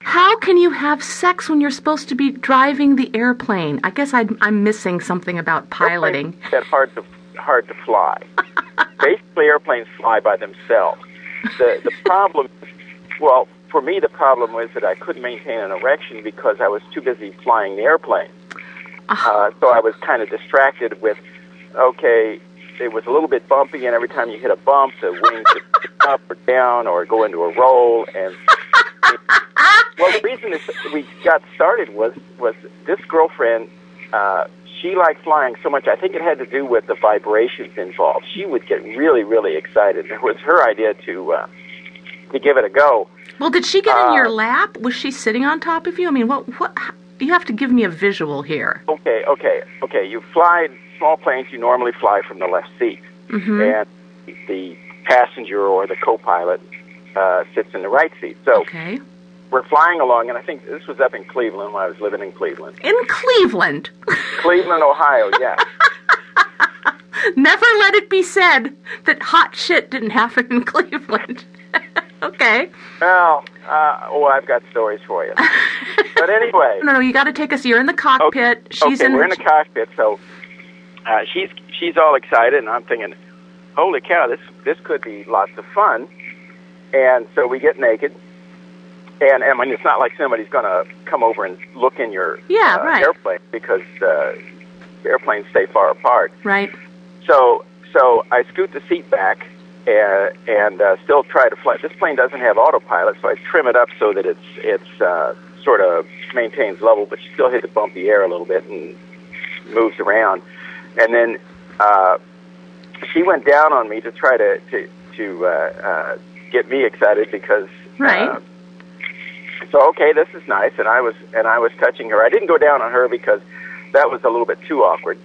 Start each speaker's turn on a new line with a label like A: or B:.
A: How can you have sex when you're supposed to be driving the airplane? I guess i am missing something about piloting.
B: Airplanes that hard to hard to fly. Basically, airplanes fly by themselves. The the problem, well, for me, the problem was that I couldn't maintain an erection because I was too busy flying the airplane. Uh, so I was kind of distracted with, okay, it was a little bit bumpy, and every time you hit a bump, the wings would up or down or go into a roll. And well, the reason this, we got started was was this girlfriend. Uh, she liked flying so much. I think it had to do with the vibrations involved. She would get really, really excited. It was her idea to uh, to give it a go.
A: Well, did she get in your
B: Uh,
A: lap? Was she sitting on top of you? I mean, what? What? h- You have to give me a visual here.
B: Okay, okay, okay. You fly small planes. You normally fly from the left seat, and the passenger or the co-pilot uh, sits in the right seat. So
A: Okay.
B: we're flying along, and I think this was up in Cleveland when I was living in Cleveland,
A: In Cleveland.
B: Cleveland, Ohio. Yeah.
A: Never let it be said that hot shit didn't happen in Cleveland. okay.
B: Well, uh, oh, I've got stories for you. But anyway,
A: No, no, you got to take us. You're in the cockpit. She's
B: okay,
A: in.
B: we're in the cockpit, so uh, she's she's all excited, and I'm thinking, "Holy cow, this this could be lots of fun." And so we get naked, and I mean, it's not like somebody's going to come over and look in your
A: Yeah,
B: uh,
A: right.
B: airplane because uh, airplanes stay far apart.
A: right.
B: So so I scoot the seat back and, and uh, still try to fly. This plane doesn't have autopilot, so I trim it up so that it's it's uh, sort of maintains level, but you still hit the bumpy air a little bit and moves around. And then uh, she went down on me to try to to, to uh, uh, get me excited because
A: Right.
B: uh, so okay, this is nice, and I was and I was touching her. I didn't go down on her because that was a little bit too awkward.